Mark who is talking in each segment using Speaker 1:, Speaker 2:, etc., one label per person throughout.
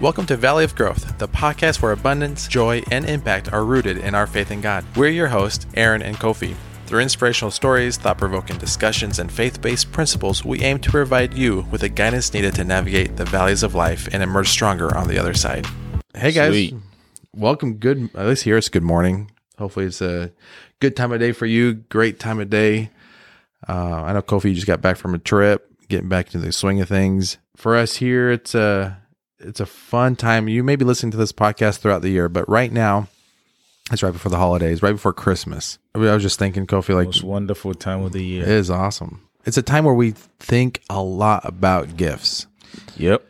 Speaker 1: Welcome to Valley of Growth, the podcast where abundance, joy, and impact are rooted in our faith in God. We're your hosts, Aaron and Kofi. Through inspirational stories, thought provoking discussions, and faith based principles, we aim to provide you with the guidance needed to navigate the valleys of life and emerge stronger on the other side. Hey guys,
Speaker 2: Sweet.
Speaker 1: welcome. Good, at least here it's good morning. Hopefully, it's a good time of day for you, great time of day. Uh, I know Kofi just got back from a trip, getting back into the swing of things. For us here, it's a it's a fun time. You may be listening to this podcast throughout the year, but right now, it's right before the holidays, right before Christmas. I, mean, I was just thinking, Kofi, like
Speaker 2: most wonderful time of the
Speaker 1: it
Speaker 2: year.
Speaker 1: is awesome. It's a time where we think a lot about gifts.
Speaker 2: Yep.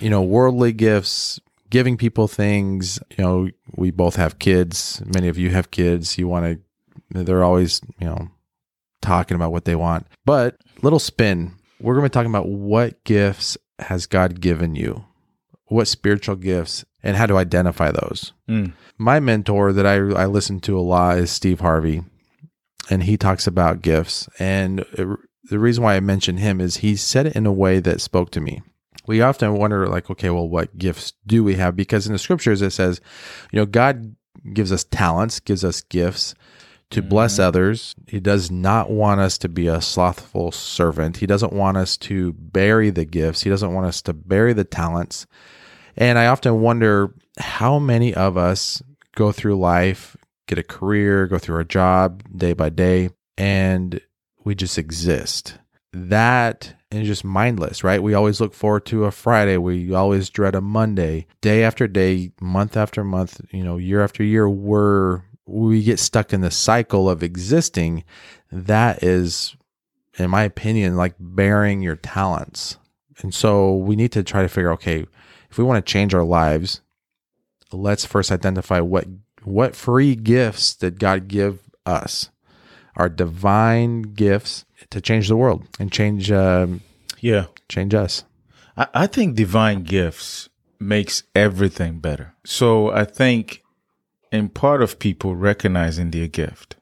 Speaker 1: You know, worldly gifts, giving people things. You know, we both have kids. Many of you have kids. You want to, they're always, you know, talking about what they want. But little spin, we're going to be talking about what gifts has God given you? What spiritual gifts and how to identify those?
Speaker 2: Mm.
Speaker 1: my mentor that I, I listen to a lot is Steve Harvey, and he talks about gifts. And it, the reason why I mention him is he said it in a way that spoke to me. We often wonder, like, okay, well, what gifts do we have? Because in the scriptures, it says, you know, God gives us talents, gives us gifts to bless others. He does not want us to be a slothful servant. He doesn't want us to bury the gifts. He doesn't want us to bury the talents. And I often wonder how many of us go through life, get a career, go through our job day by day, and we just exist. That is just mindless, right? We always look forward to a Friday. We always dread a Monday. Day after day, month after month, you know, year after year, we're we get stuck in the cycle of existing. That is, in my opinion, like burying your talents. And so we need to try to figure, okay, if we want to change our lives, let's first identify what what free gifts did God give us, our divine gifts to change the world and change um,
Speaker 2: Yeah.
Speaker 1: change us.
Speaker 2: I, I think divine gifts makes everything better. So I think in part of people recognizing their gift,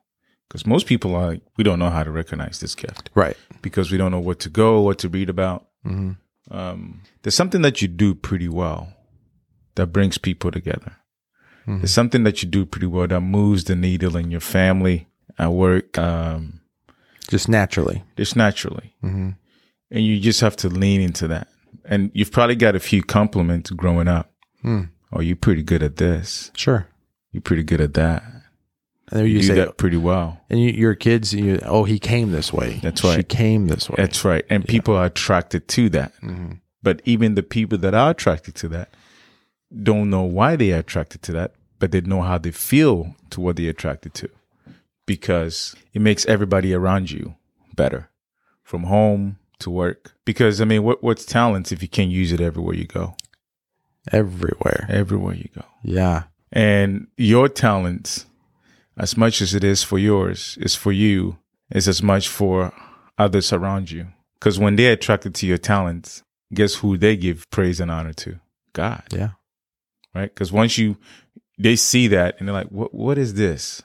Speaker 2: because most people are like, we don't know how to recognize this gift
Speaker 1: Right.
Speaker 2: because we don't know what to go, what to read about.
Speaker 1: Mhm.
Speaker 2: Um, there's something that you do pretty well that brings people together.
Speaker 1: Mhm.
Speaker 2: There's something that you do pretty well that moves the needle in your family, at work, um,
Speaker 1: Just naturally.
Speaker 2: just naturally.
Speaker 1: Mhm.
Speaker 2: And you just have to lean into that. And you've probably got a few compliments growing up.
Speaker 1: Hmm.
Speaker 2: Oh, you're pretty good at this.
Speaker 1: Sure.
Speaker 2: You're pretty good at that.
Speaker 1: And then
Speaker 2: You,
Speaker 1: you,
Speaker 2: do
Speaker 1: say,
Speaker 2: that pretty well.
Speaker 1: and you, your kids, you, oh, he came this way.
Speaker 2: That's
Speaker 1: She
Speaker 2: right.
Speaker 1: came this way.
Speaker 2: That's right. And people are attracted to that.
Speaker 1: Mhm.
Speaker 2: But even the people that are attracted to that don't know why they are attracted to that, but they know how they feel to what they're attracted to because it makes everybody around you better from home to work. Because, I mean, what, what's talent if you can't use it everywhere you go?
Speaker 1: Everywhere.
Speaker 2: everywhere you go.
Speaker 1: Yeah.
Speaker 2: And your talents, as much as it is for yours, is for you, is as much for others around you. Because when they're attracted to your talents, guess who they give praise and honor to? God,
Speaker 1: Yeah.
Speaker 2: right? Because once you, they see that and they're like, what, what is this?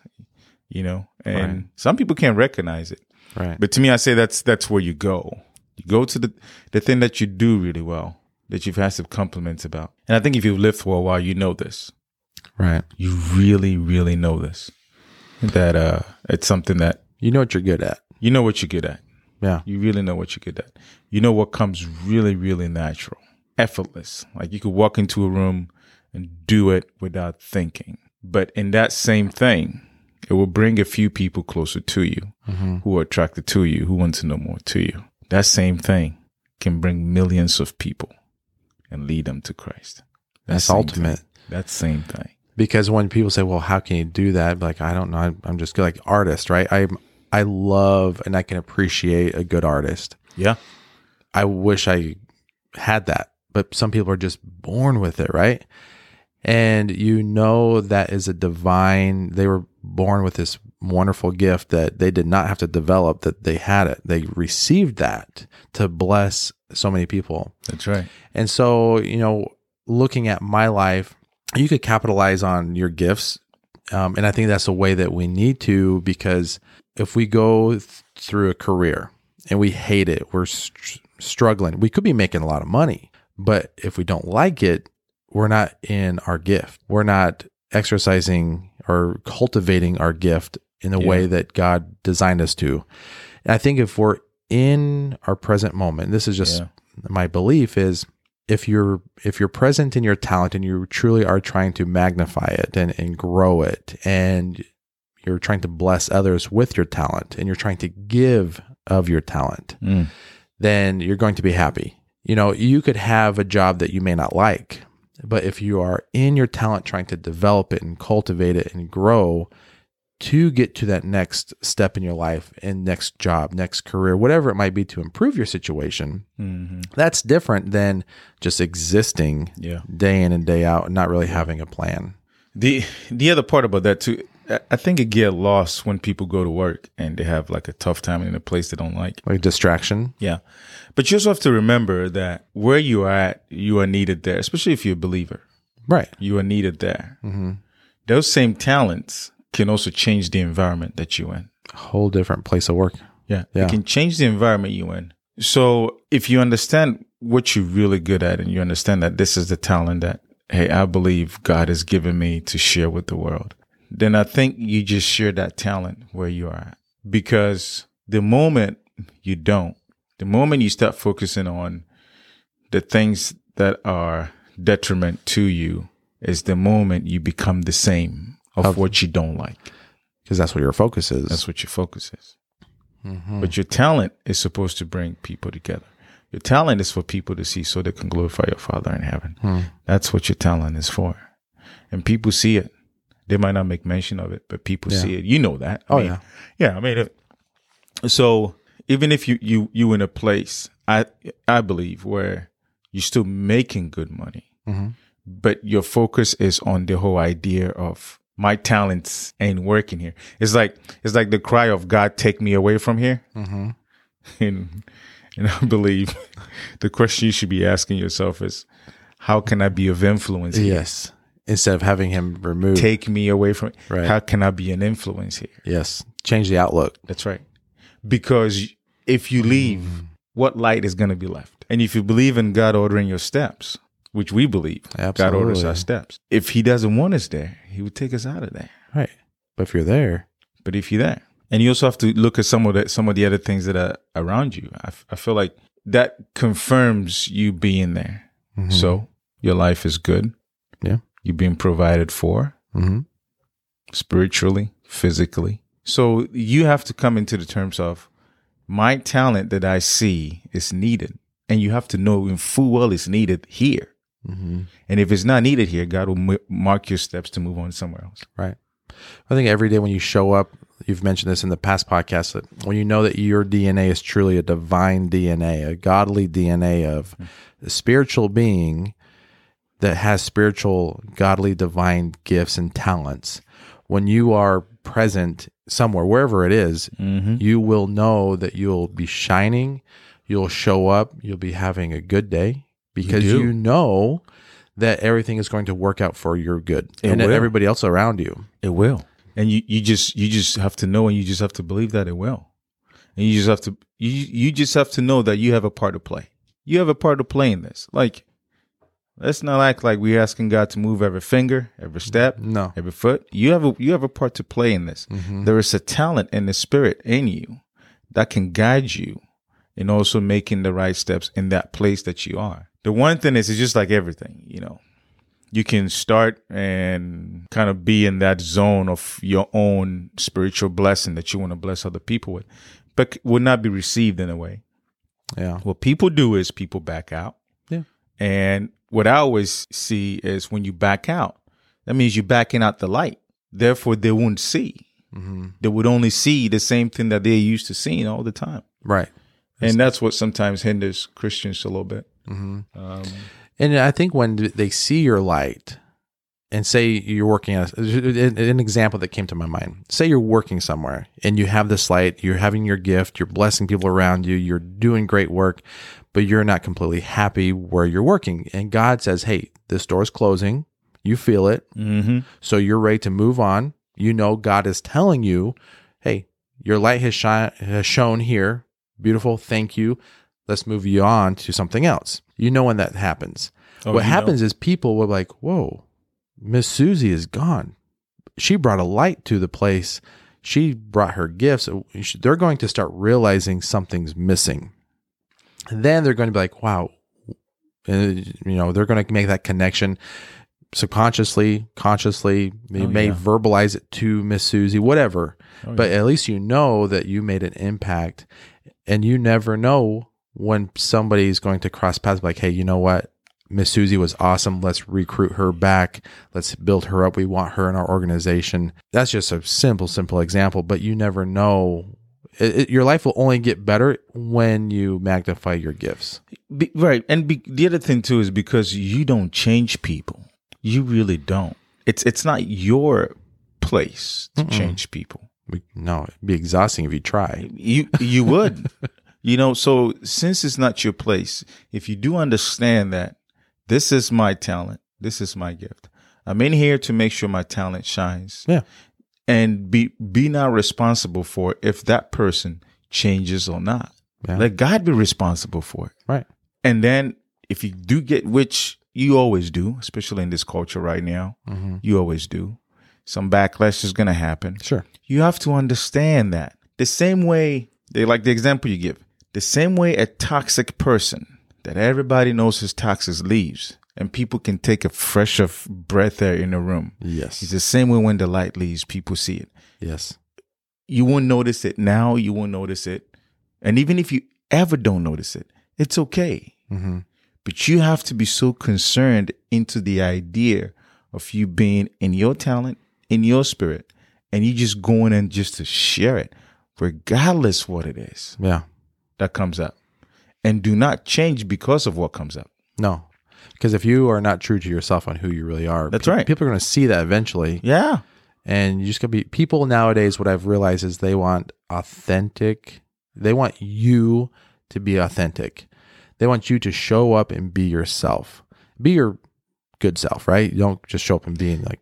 Speaker 2: You know, and
Speaker 1: Right.
Speaker 2: some people can't recognize it.
Speaker 1: Right.
Speaker 2: But to me, I say that's that's where you go. You go to the the thing that you do really well, that you've had some compliments about. And I think if you've lived for a while, you know this
Speaker 1: right.
Speaker 2: you really, really know this. That uh it's something that
Speaker 1: You know what you're good at.
Speaker 2: you know what you're good at.
Speaker 1: Yeah.
Speaker 2: You really know what you're good at. You know what comes really, really natural. Effortless. Like you could walk into a room and do it without thinking. But in that same thing, it will bring a few people closer to you
Speaker 1: Mm-hmm.
Speaker 2: who are attracted to you, who want to know more to you. That same thing can bring millions of people and lead them to Christ. That
Speaker 1: That's
Speaker 2: same
Speaker 1: ultimate.
Speaker 2: thing. That same thing.
Speaker 1: because when people say well how can you do that like i don't know I'm- i'm just good. like artist right i i love and i can appreciate a good artist
Speaker 2: Yeah.
Speaker 1: i wish i had that but some people are just born with it right and you know that is a divine they were born with this wonderful gift that they did not have to develop that they had it they received that to bless so many people
Speaker 2: That's right.
Speaker 1: and so, you know, looking at my life, you could capitalize on your gifts. Um, and I think that's a way that we need to because if we go th- through a career and we hate it, we're str- struggling, we could be making a lot of money. But if we don't like it, we're not in our gift. We're not exercising or cultivating our gift in the
Speaker 2: Yeah.
Speaker 1: way that God designed us to. And I think if we're in our present moment, this is just
Speaker 2: Yeah.
Speaker 1: my belief is if you're if you're present in your talent and you truly are trying to magnify it and, and grow it and you're trying to bless others with your talent and you're trying to give of your talent,
Speaker 2: Mm.
Speaker 1: then you're going to be happy. You know, you could have a job that you may not like, but if you are in your talent trying to develop it and cultivate it and grow to get to that next step in your life and next job, next career, whatever it might be to improve your situation,
Speaker 2: hmm
Speaker 1: that's different than just existing
Speaker 2: Yeah.
Speaker 1: day in and day out and not really having a plan.
Speaker 2: The the other part about that too, I- I think it get lost when people go to work and they have like a tough time in a place they don't like.
Speaker 1: Like distraction.
Speaker 2: Yeah. But you also have to remember that where you are at, you are needed there, especially if you're a believer.
Speaker 1: Right.
Speaker 2: You are needed there. Those same talents can also change the environment that you're in.
Speaker 1: A whole different place of work.
Speaker 2: Yeah.
Speaker 1: Yeah.
Speaker 2: It can change the environment you're in. So if you understand what you're really good at and you understand that this is the talent that, hey, I believe God has given me to share with the world, then I think you just share that talent where you are at. Because the moment you don't, the moment you start focusing on the things that are detriment to you is the moment you become the same of, what you don't like.
Speaker 1: Because that's what your focus is.
Speaker 2: That's what your focus is.
Speaker 1: Mhm.
Speaker 2: But your talent is supposed to bring people together. Your talent is for people to see so they can glorify your Father in heaven.
Speaker 1: Hmm.
Speaker 2: That's what your talent is for. And people see it. They might not make mention of it, but people see it. You know that. I
Speaker 1: Oh,
Speaker 2: mean,
Speaker 1: yeah.
Speaker 2: Yeah, I mean it. So even if you you you in a place, I I believe where you're still making good money, but your focus is on the whole idea of my talents ain't working here. It's like it's like the cry of God, take me away from here and and I believe the question you should be asking yourself is, how can I be of influence? here?
Speaker 1: Yes. Instead of having him removed.
Speaker 2: Take me away from.
Speaker 1: Right.
Speaker 2: How can I be an influence here?
Speaker 1: yes. Change the outlook.
Speaker 2: That's right. Because if you leave,
Speaker 1: Hmm.
Speaker 2: what light is going to be left? And if you believe in God ordering your steps, which we believe, God orders
Speaker 1: Absolutely.
Speaker 2: our steps. If He doesn't want us there, He would take us out of there.
Speaker 1: Right. But if you're there,
Speaker 2: but if you're there and you also have to look at some of the some of the other things that are around you i, f- I feel like that confirms you being there
Speaker 1: Mm-hmm.
Speaker 2: so your life is good
Speaker 1: Hmm. Yeah.
Speaker 2: you're being provided for
Speaker 1: mm-hmm.
Speaker 2: spiritually physically so you have to come into the terms of my talent that i see is needed and you have to know in full well it's needed here
Speaker 1: Mm-hmm.
Speaker 2: and if it's not needed here god will m- mark your steps to move on somewhere else
Speaker 1: right. I think every day when you show up, you've mentioned this in the past podcast that when you know that your DNA is truly a divine DNA, a godly DNA of a spiritual being that has spiritual, godly, divine gifts and talents, when you are present somewhere, wherever it is,
Speaker 2: mm-hmm.
Speaker 1: you will know that you'll be shining, you'll show up, you'll be having a good day because
Speaker 2: do.
Speaker 1: you, know that everything is going to work out for your good
Speaker 2: It
Speaker 1: and
Speaker 2: will.
Speaker 1: everybody else around you.
Speaker 2: It will. And you, you just you just have to know and you just have to believe that it will. And you just have to you you just have to know that you have a part to play. You have a part to play in this. Like let's not act like we're asking God to move every finger, every step,
Speaker 1: No.
Speaker 2: every foot. You have a you have a part to play in this.
Speaker 1: Mm-hmm.
Speaker 2: There is a talent and the spirit in you that can guide you in also making the right steps in that place that you are. The one thing is it's just like everything, you know you can start and kind of be in that zone of your own spiritual blessing that you want to bless other people with, but c- will not be received in a way.
Speaker 1: Yeah.
Speaker 2: What people do is people back out.
Speaker 1: Yeah.
Speaker 2: And what I always see is when you back out, that means you're backing out the light. Therefore, they won't see.
Speaker 1: hmm
Speaker 2: They would only see the same thing that they're used to seeing all the time.
Speaker 1: Right.
Speaker 2: And that's what sometimes hinders Christians a little bit. Um,
Speaker 1: And I think when they see your light, and say you're working at an an example that came to my mind. Say you're working somewhere and you have this light, you're having your gift, you're blessing people around you, you're doing great work, but you're not completely happy where you're working. And God says, Hey, this door's closing. You feel it.
Speaker 2: mhm.
Speaker 1: So you're ready to move on. You know, God is telling you, hey, your light has, shine, has shown here. Beautiful. Thank you. Let's move you on to something else. You know when that happens.
Speaker 2: Oh,
Speaker 1: what
Speaker 2: you know.
Speaker 1: happens is people were like, whoa, Miss Susie is gone. She brought a light to the place. She brought her gifts. They're going to start realizing something's missing. And then they're going to be like, wow. And, you know, they're going to make that connection subconsciously, consciously. You
Speaker 2: Oh,
Speaker 1: may
Speaker 2: yeah.
Speaker 1: verbalize it to Miss Susie, whatever.
Speaker 2: Oh,
Speaker 1: But
Speaker 2: yeah.
Speaker 1: at least you know that you made an impact and you never know when somebody is going to cross paths like, hey, you know what? Miss Susie was awesome. Let's recruit her back. Let's build her up. We want her in our organization. That's just a simple, simple example, but you never know. It, it- your life will only get better when you magnify your gifts.
Speaker 2: Be- right, and be, the other thing too is because you don't change people. You really don't. It's it's not your place to change people.
Speaker 1: We, no, it'd be exhausting if you try.
Speaker 2: You you would. you know, so since it's not your place, if you do understand that this is my talent, this is my gift. I'm in here to make sure my talent shines
Speaker 1: Yeah.
Speaker 2: and be be not responsible for if that person changes or not.
Speaker 1: Yeah.
Speaker 2: Let God be responsible for it.
Speaker 1: Right.
Speaker 2: And then if you do get, which you always do, especially in this culture right now,
Speaker 1: Mhm.
Speaker 2: you always do, some backlash is going to happen.
Speaker 1: Sure.
Speaker 2: You have to understand that. The same way, they like the example you give, the same way a toxic person that everybody knows is toxic leaves and people can take a fresh of breath air in the room. It's
Speaker 1: Yes.
Speaker 2: the same way when the light leaves, people see it
Speaker 1: Yes.
Speaker 2: you won't notice it now you won't notice it and even if you ever don't notice it it's okay
Speaker 1: Mhm.
Speaker 2: but you have to be so concerned into the idea of you being in your talent in your spirit and you just going in just to share it regardless what it is
Speaker 1: Yeah.
Speaker 2: that comes up and do not change because of what comes up
Speaker 1: No. Because if you are not true to yourself on who you really are,
Speaker 2: That's
Speaker 1: pe-
Speaker 2: right.
Speaker 1: People are going to see that eventually.
Speaker 2: yeah
Speaker 1: and you just gotta be people nowadays what i've realized is they want authentic they want you to be authentic they want you to show up and be yourself be your good self right you don't just show up and be like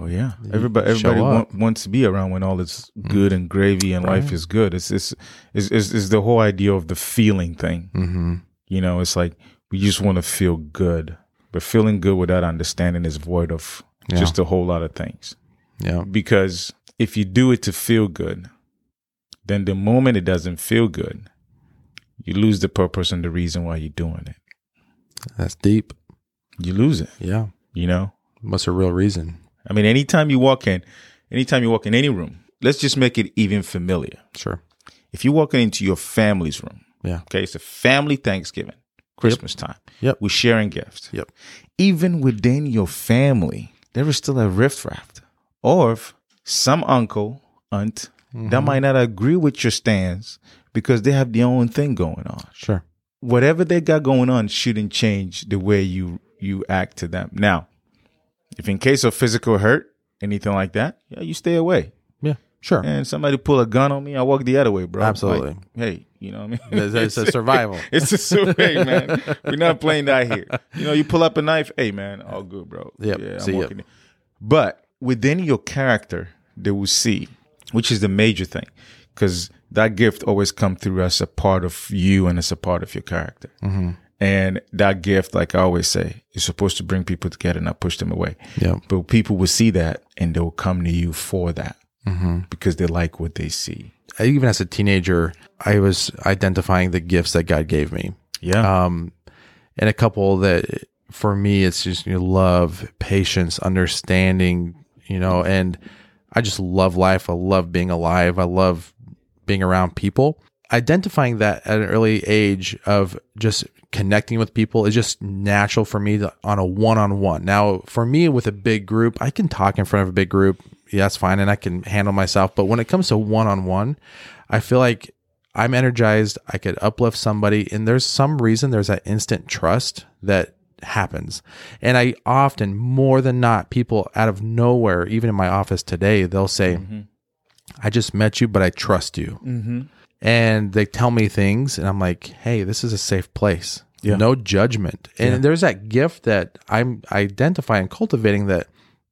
Speaker 2: Oh yeah,
Speaker 1: You
Speaker 2: everybody
Speaker 1: show up.
Speaker 2: everybody
Speaker 1: Mm-hmm.
Speaker 2: want, wants to be around when all is good and gravy and life
Speaker 1: Right.
Speaker 2: is good. It's it's, it's it's it's the whole idea of the feeling thing.
Speaker 1: mm-hmm
Speaker 2: You know, it's like we just want to feel good, but feeling good without understanding is void of
Speaker 1: Yeah.
Speaker 2: just a whole lot of things.
Speaker 1: yeah
Speaker 2: Because if you do it to feel good, then the moment it doesn't feel good, you lose the purpose and the reason why you're doing it.
Speaker 1: that's deep
Speaker 2: You lose it.
Speaker 1: yeah
Speaker 2: You know.
Speaker 1: what's a real reason
Speaker 2: I mean, anytime you walk in, anytime you walk in any room, let's just make it even familiar.
Speaker 1: sure
Speaker 2: If you're walking into your family's room,
Speaker 1: yeah
Speaker 2: okay, it's a family Thanksgiving, Christmas time.
Speaker 1: Yep.
Speaker 2: We're sharing gifts.
Speaker 1: Yep.
Speaker 2: Even within your family, there is still a riffraff or if some uncle, aunt that
Speaker 1: Mm-hmm.
Speaker 2: might not agree with your stance because they have their own thing going on.
Speaker 1: sure
Speaker 2: Whatever they got going on shouldn't change the way you you act to them. Now, if in case of physical hurt, anything like that, yeah, you stay away
Speaker 1: yeah sure
Speaker 2: and somebody pull a gun on me, I walk the other way, bro.
Speaker 1: Absolutely.
Speaker 2: Like, hey, you know what I mean?
Speaker 1: It's- it's a survival.
Speaker 2: It's a su- hey, man. We're not playing that here. You know, you pull up a knife, hey man, all good, bro.
Speaker 1: Yep.
Speaker 2: Yeah, I'm
Speaker 1: See ya.
Speaker 2: walking in. But within your character, they will see, which is the major thing. Because that gift always come through as a part of you and as a part of your character.
Speaker 1: Mm-hmm.
Speaker 2: And that gift, like I always say, is supposed to bring people together, not push them away.
Speaker 1: yeah
Speaker 2: But people will see that and they'll come to you for that
Speaker 1: Mm-hmm.
Speaker 2: because they like what they see.
Speaker 1: I- even as a teenager i was identifying the gifts that god gave me
Speaker 2: Yeah.
Speaker 1: um, and a couple that for me it's just you know, love, patience, understanding, you know, and I just love life. I love being alive. I love being around people. Identifying that at an early age of just connecting with people is just natural for me to, on a one on one. Now, for me with a big group, I can talk in front of a big group. Yeah, that's fine. And I can handle myself. But when it comes to one on one, I feel like I'm energized. I could uplift somebody, and there's some reason there's that instant trust that happens. And I often, more than not, people out of nowhere, even in my office today, they'll say, I just met you, but I trust you.
Speaker 2: Mm-hmm.
Speaker 1: And they tell me things, and I'm like, hey, this is a safe place.
Speaker 2: Yeah.
Speaker 1: No judgment. And there's that gift that I'm identifying, cultivating that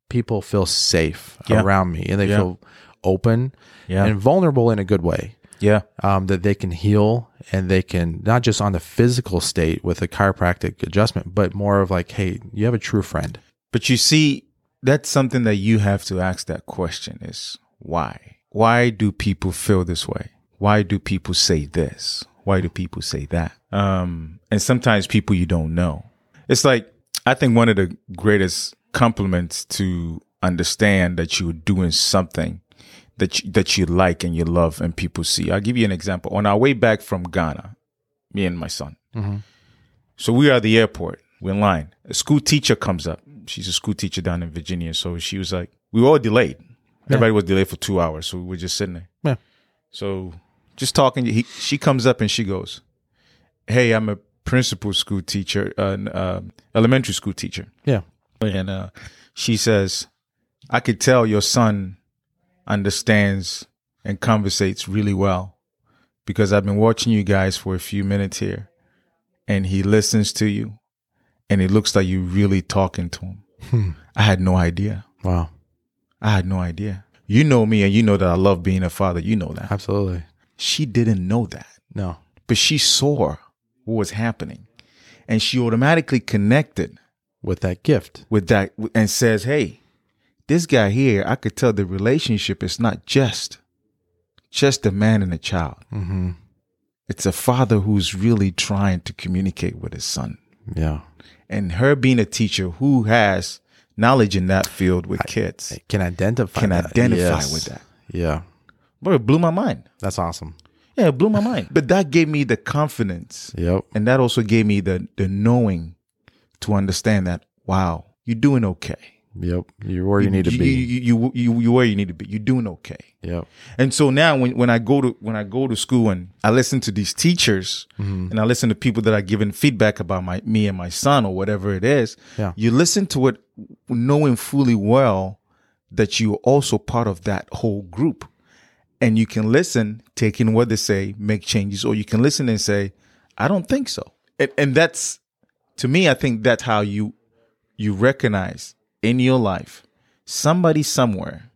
Speaker 1: people feel safe
Speaker 2: Yeah.
Speaker 1: around me and they
Speaker 2: Yeah.
Speaker 1: feel open
Speaker 2: Yeah.
Speaker 1: and vulnerable in a good way.
Speaker 2: Yeah.
Speaker 1: um, that they can heal and they can not just on the physical state with a chiropractic adjustment, but more of like, hey, you have a true friend.
Speaker 2: But you see, that's something that you have to ask that question is why? Why do people feel this way? Why do people say this? Why do people say that? Um, and sometimes people you don't know. It's like, I think one of the greatest compliments to understand that you're doing something that you, that you like and you love and people see. I'll give you an example. On our way back from Ghana, me and my son, so we are at the airport. We're in line. A school teacher comes up. She's a school teacher down in Virginia. So she was like, we were all delayed. Everybody was delayed for two hours. So we were just sitting there.
Speaker 1: Yeah.
Speaker 2: So just talking. He, she comes up and she goes, hey, I'm a principal school teacher, uh, n- uh, elementary school teacher.
Speaker 1: Yeah.
Speaker 2: And uh, she says, I could tell your son understands and conversates really well because I've been watching you guys for a few minutes here and he listens to you and it looks like you're really talking to him. I had no idea.
Speaker 1: Wow.
Speaker 2: I had no idea. You know me and you know that I love being a father. You know that.
Speaker 1: Absolutely.
Speaker 2: She didn't know that
Speaker 1: No.
Speaker 2: but she saw what was happening and she automatically connected
Speaker 1: With that gift.
Speaker 2: with that and says hey this guy here i could tell the relationship is not just just a man and a child
Speaker 1: Mm-hmm.
Speaker 2: it's a father who's really trying to communicate with his son
Speaker 1: Yeah.
Speaker 2: and her being a teacher who has knowledge in that field with kids
Speaker 1: It can identify.
Speaker 2: can
Speaker 1: that.
Speaker 2: identify
Speaker 1: Yes.
Speaker 2: with that
Speaker 1: Yeah.
Speaker 2: but it blew my mind
Speaker 1: That's awesome.
Speaker 2: yeah it blew my mind but that gave me the confidence
Speaker 1: Yep.
Speaker 2: And that also gave me the the knowing to understand that wow, you're doing okay.
Speaker 1: Yep. You're where you, need to
Speaker 2: you,
Speaker 1: be.
Speaker 2: You, you you you where you need to be. You're doing okay.
Speaker 1: yep.
Speaker 2: And so now when, when I go to when I go to school and I listen to these teachers and I listen to people that are giving feedback about my me and my son or whatever it is,
Speaker 1: Yeah.
Speaker 2: you listen to it knowing fully well that you're also part of that whole group. And you can listen, take in what they say, make changes, or you can listen and say, I don't think so. And and that's to me, I think that's how you you recognize in your life somebody somewhere,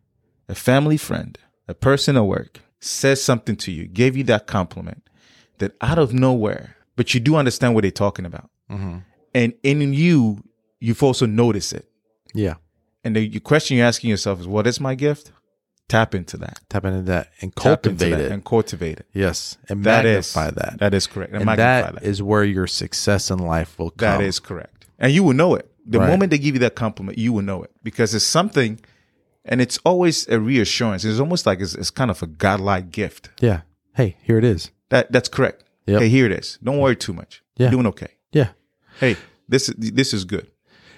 Speaker 2: a family friend, a person at work says something to you, gave you that compliment that out of nowhere, but you do understand what they're talking about.
Speaker 1: Mm-hmm.
Speaker 2: And in you, you've also noticed it.
Speaker 1: Yeah.
Speaker 2: And the question you're asking yourself is, what is my gift? Tap into that.
Speaker 1: Tap into that and
Speaker 2: Tap into
Speaker 1: cultivate
Speaker 2: that
Speaker 1: it.
Speaker 2: and cultivate it.
Speaker 1: yes. And
Speaker 2: That is
Speaker 1: magnify that.
Speaker 2: That is correct.
Speaker 1: and
Speaker 2: magnify
Speaker 1: that is where your success in life will come.
Speaker 2: That is correct. And you will know it. The
Speaker 1: Right.
Speaker 2: moment they give you that compliment, you will know it because it's something, and it's always a reassurance. It's almost like it's, it's kind of a godlike gift.
Speaker 1: Yeah. Hey, here it is.
Speaker 2: That that's correct.
Speaker 1: Yep.
Speaker 2: Hey, here it is. Don't worry too much.
Speaker 1: Yeah.
Speaker 2: You're doing okay.
Speaker 1: Yeah.
Speaker 2: Hey, this is this is good.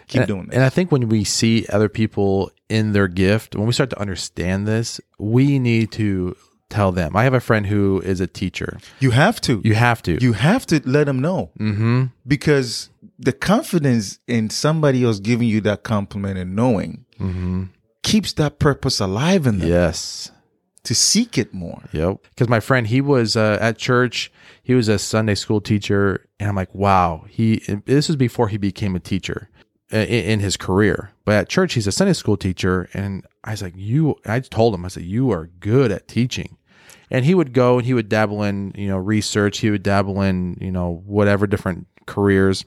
Speaker 2: Keep
Speaker 1: and,
Speaker 2: doing this.
Speaker 1: And I think when we see other people in their gift, when we start to understand this, we need to tell them. I have a friend who is a teacher.
Speaker 2: you have to.
Speaker 1: You have to.
Speaker 2: You have to let them know
Speaker 1: mm-hmm.
Speaker 2: because the confidence in somebody else giving you that compliment and knowing
Speaker 1: Mm-hmm.
Speaker 2: keeps that purpose alive in them
Speaker 1: Yes.
Speaker 2: to seek it more.
Speaker 1: Yep. Because my friend, he was uh, at church. He was a Sunday school teacher, and I'm like, wow. He this was before he became a teacher uh, in, in his career, but at church he's a Sunday school teacher, and I was like, you. I told him, I said, you are good at teaching. And he would go and he would dabble in, you know, research. He would dabble in, you know, whatever different careers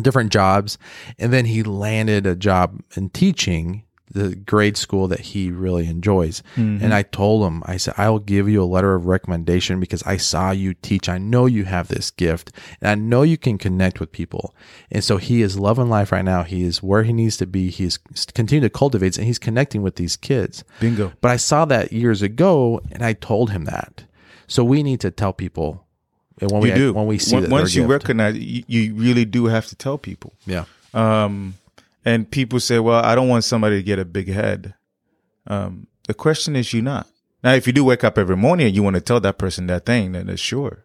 Speaker 1: different jobs and then he landed a job in teaching the grade school that he really enjoys
Speaker 2: Mm-hmm.
Speaker 1: and i told him i said i will give you a letter of recommendation because i saw you teach i know you have this gift and i know you can connect with people and so he is loving life right now he is where he needs to be he's continuing to cultivate and he's connecting with these kids
Speaker 2: Bingo.
Speaker 1: but I saw that years ago, and I told him that. So we need to tell people and when
Speaker 2: You
Speaker 1: we
Speaker 2: do
Speaker 1: when we see
Speaker 2: Once-
Speaker 1: that they're
Speaker 2: once you
Speaker 1: gift.
Speaker 2: recognize, you, you really do have to tell people.
Speaker 1: yeah,
Speaker 2: Um, and people say, "Well, I don't want somebody to get a big head." Um, the question is, you not now. If you do wake up every morning and you want to tell that person that thing, then that's sure.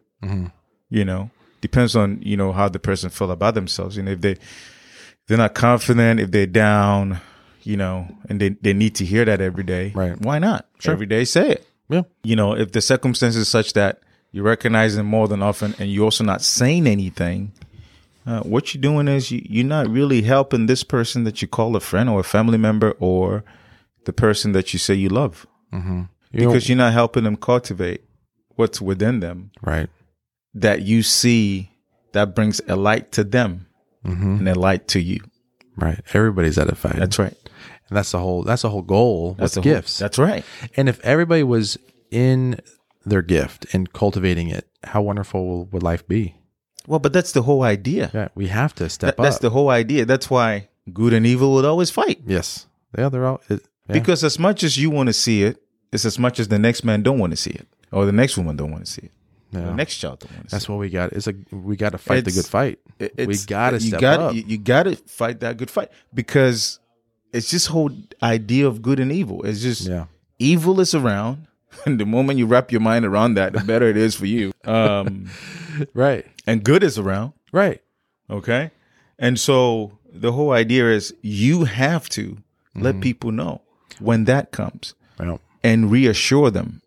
Speaker 2: You know, depends on you know how the person feel about themselves. You know, if they they're not confident, if they're down, you know, and they they need to hear that every day.
Speaker 1: Right.
Speaker 2: Why not? Every day, say it
Speaker 1: yeah,
Speaker 2: you know, if the circumstance is such that you recognize them more than often and you're also not saying anything, uh, what you're doing is you, you're not really helping this person that you call a friend or a family member or the person that you say you love
Speaker 1: mm-hmm.
Speaker 2: because you're not helping them cultivate what's within them
Speaker 1: Right.
Speaker 2: that you see that brings a light to them
Speaker 1: hmm
Speaker 2: and a light to you.
Speaker 1: Right. Everybody's edified.
Speaker 2: That's right.
Speaker 1: and that's the whole that's the whole goal
Speaker 2: That's
Speaker 1: with
Speaker 2: the whole-
Speaker 1: gifts.
Speaker 2: that's right.
Speaker 1: and if everybody was in their gift and cultivating it, how wonderful would life be?
Speaker 2: Well, but that's the whole idea.
Speaker 1: Yeah, we have to step
Speaker 2: That- that's
Speaker 1: up.
Speaker 2: the whole idea. That's why good and evil would always fight.
Speaker 1: yes. Yeah, they're all it, yeah.
Speaker 2: Because as much as you want to see it, it's as much as the next man don't want to see it, or the next woman don't want to see it, or
Speaker 1: Yeah.
Speaker 2: the next child don't want to see
Speaker 1: That's what we got. It's a we got to fight the
Speaker 2: It's-
Speaker 1: good fight.
Speaker 2: it.
Speaker 1: we
Speaker 2: It's-
Speaker 1: gotta
Speaker 2: you
Speaker 1: step
Speaker 2: gotta-
Speaker 1: up.
Speaker 2: You, you got to fight that good fight because it's this whole idea of good and evil. It's just
Speaker 1: Yeah.
Speaker 2: evil is around, and the moment you wrap your mind around that, the better it is for you. Um,
Speaker 1: Right.
Speaker 2: and good is around,
Speaker 1: Right.
Speaker 2: okay. And so the whole idea is you have to let
Speaker 1: Mm-hmm.
Speaker 2: people know when that comes.
Speaker 1: Well,
Speaker 2: and reassure them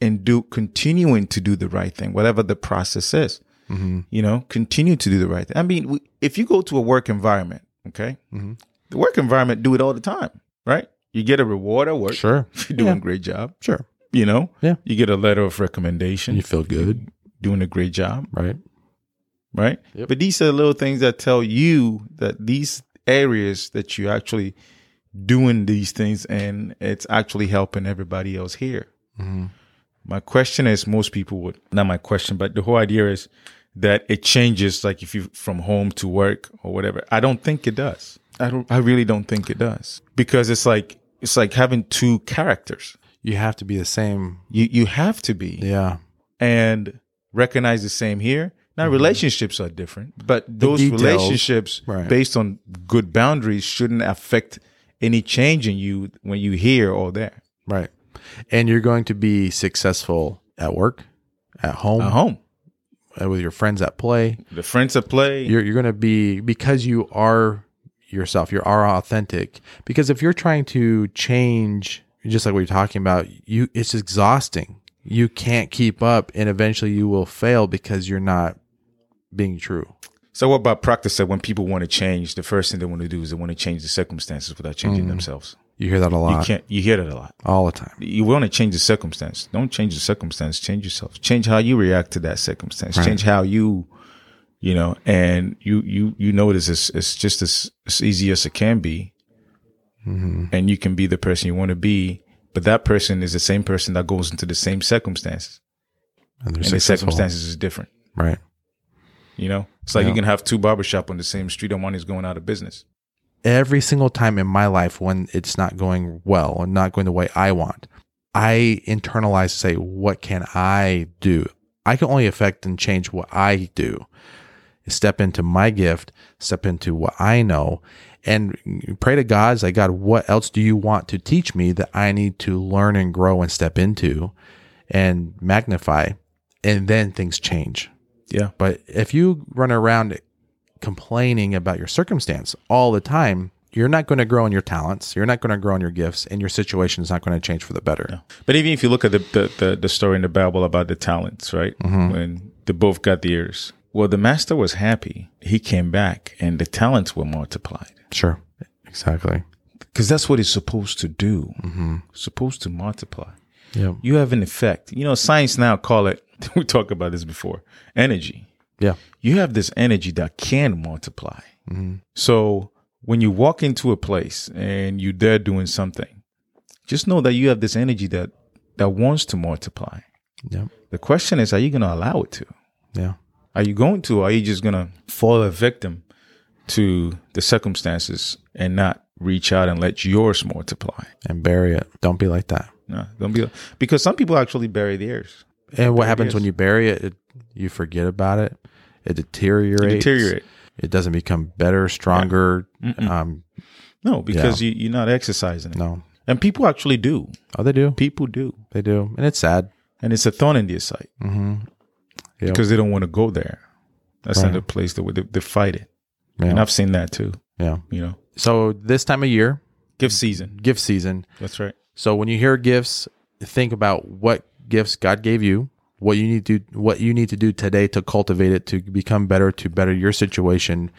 Speaker 2: and do continuing to do the right thing whatever the process is
Speaker 1: Mm-hmm.
Speaker 2: you know continue to do the right thing i mean we, if you go to a work environment okay the work environment do it all the time right you get a reward at work
Speaker 1: sure.
Speaker 2: you're doing
Speaker 1: Yeah.
Speaker 2: a great job
Speaker 1: Sure.
Speaker 2: you know
Speaker 1: Yeah.
Speaker 2: you get a letter of recommendation
Speaker 1: You feel good,
Speaker 2: doing a great job
Speaker 1: right?
Speaker 2: right
Speaker 1: Yep.
Speaker 2: but these are the little things that tell you that these areas that you're actually doing these things and it's actually helping everybody else here
Speaker 1: Mm-hmm.
Speaker 2: my question is most people would not my question, but the whole idea is that it changes like if you from home to work or whatever. I don't think it does. I don't I really don't think it does. Because it's like it's like having two characters.
Speaker 1: You have to be the same.
Speaker 2: You you have to be
Speaker 1: Yeah.
Speaker 2: and recognize the same here. Now relationships are different, but those
Speaker 1: Mm-hmm. details.
Speaker 2: relationships
Speaker 1: Right.
Speaker 2: based on good boundaries shouldn't affect any change in you when you here or there.
Speaker 1: Right. And you're going to be successful at work, at home,
Speaker 2: At home.
Speaker 1: uh, with your friends at play.
Speaker 2: The friends at play.
Speaker 1: You're you're going to be because you are yourself. You are authentic. Because if you're trying to change, just like we were talking about, you it's exhausting. You can't keep up, and eventually you will fail because you're not being true.
Speaker 2: So what about practice that when people want to change, the first thing they want to do is they want to change the circumstances without
Speaker 1: Mm-hmm.
Speaker 2: changing themselves.
Speaker 1: You hear that a
Speaker 2: You
Speaker 1: lot,
Speaker 2: can't you hear that a lot.
Speaker 1: all the time.
Speaker 2: You want to change the circumstance. Don't change the circumstance, change yourself. Change how you react to that circumstance. Change how you you know, and you you you notice it's it's just as, as easy as it can be. And you can be the person you want to be, but that person is the same person that goes into the same circumstances.
Speaker 1: And there's
Speaker 2: And the circumstances is different.
Speaker 1: right?
Speaker 2: You know? It's like
Speaker 1: Yeah.
Speaker 2: you can have two barbershop on the same street and one is going out of business.
Speaker 1: every single time in my life when it's not going well and not going the way I want, I internalize say, what can I do? I can only affect and change what I do. Step into my gift, step into what I know, and pray to God, say, God, what else do you want to teach me that I need to learn and grow and step into and magnify? And then things change.
Speaker 2: Yeah.
Speaker 1: But if you run around complaining about your circumstance all the time, you're not going to grow in your talents. You're not going to grow in your gifts, and your situation is not going to change for the better.
Speaker 2: But even if you look at the the, the, the story in the Bible about the talents, right? When they both got the ears. Well, the master was happy. He came back and the talents were multiplied.
Speaker 1: Sure. Exactly.
Speaker 2: Because that's what it's supposed to do. Mm-hmm. Supposed to multiply.
Speaker 1: Yeah.
Speaker 2: You have an effect. You know, science now call it, we talked about this before, energy.
Speaker 1: Yeah.
Speaker 2: You have this energy that can multiply. So when you walk into a place and you're there doing something, just know that you have this energy that that wants to multiply.
Speaker 1: Yeah.
Speaker 2: The question is, are you going to allow it to?
Speaker 1: Yeah.
Speaker 2: Are you going to? Or are you just going to fall a victim to the circumstances and not reach out and let yours multiply?
Speaker 1: And bury it. Don't be like that.
Speaker 2: No, don't be because some people actually bury theirs,
Speaker 1: And what happens when you bury it, it? You forget about it. It deteriorates.
Speaker 2: deteriorate.
Speaker 1: It doesn't become better, stronger. Um,
Speaker 2: No, because you, you're not exercising it.
Speaker 1: no.
Speaker 2: And people actually do.
Speaker 1: Oh, they do.
Speaker 2: People do.
Speaker 1: They do. And it's sad.
Speaker 2: And it's a thorn in their side
Speaker 1: Yep.
Speaker 2: because they don't want to go there. That's another place that they, they fight it.
Speaker 1: Yeah.
Speaker 2: And I've seen that too,
Speaker 1: Yeah.
Speaker 2: you know.
Speaker 1: So this time of year,
Speaker 2: Give season.
Speaker 1: gift season,
Speaker 2: That's right.
Speaker 1: So when you hear gifts, think about what gifts God gave you, what you need to what you need to do today to cultivate it, to become better, to better your situation.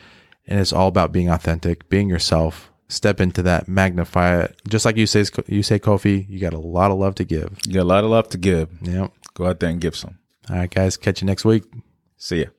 Speaker 1: And it's all about being authentic, being yourself. Step into that, magnify it. Just like you say, you say Kofi, you got a lot of love to give.
Speaker 2: You got a lot of love to give.
Speaker 1: Yep.
Speaker 2: go out there and give some.
Speaker 1: All right, guys. Catch you next week.
Speaker 2: See ya.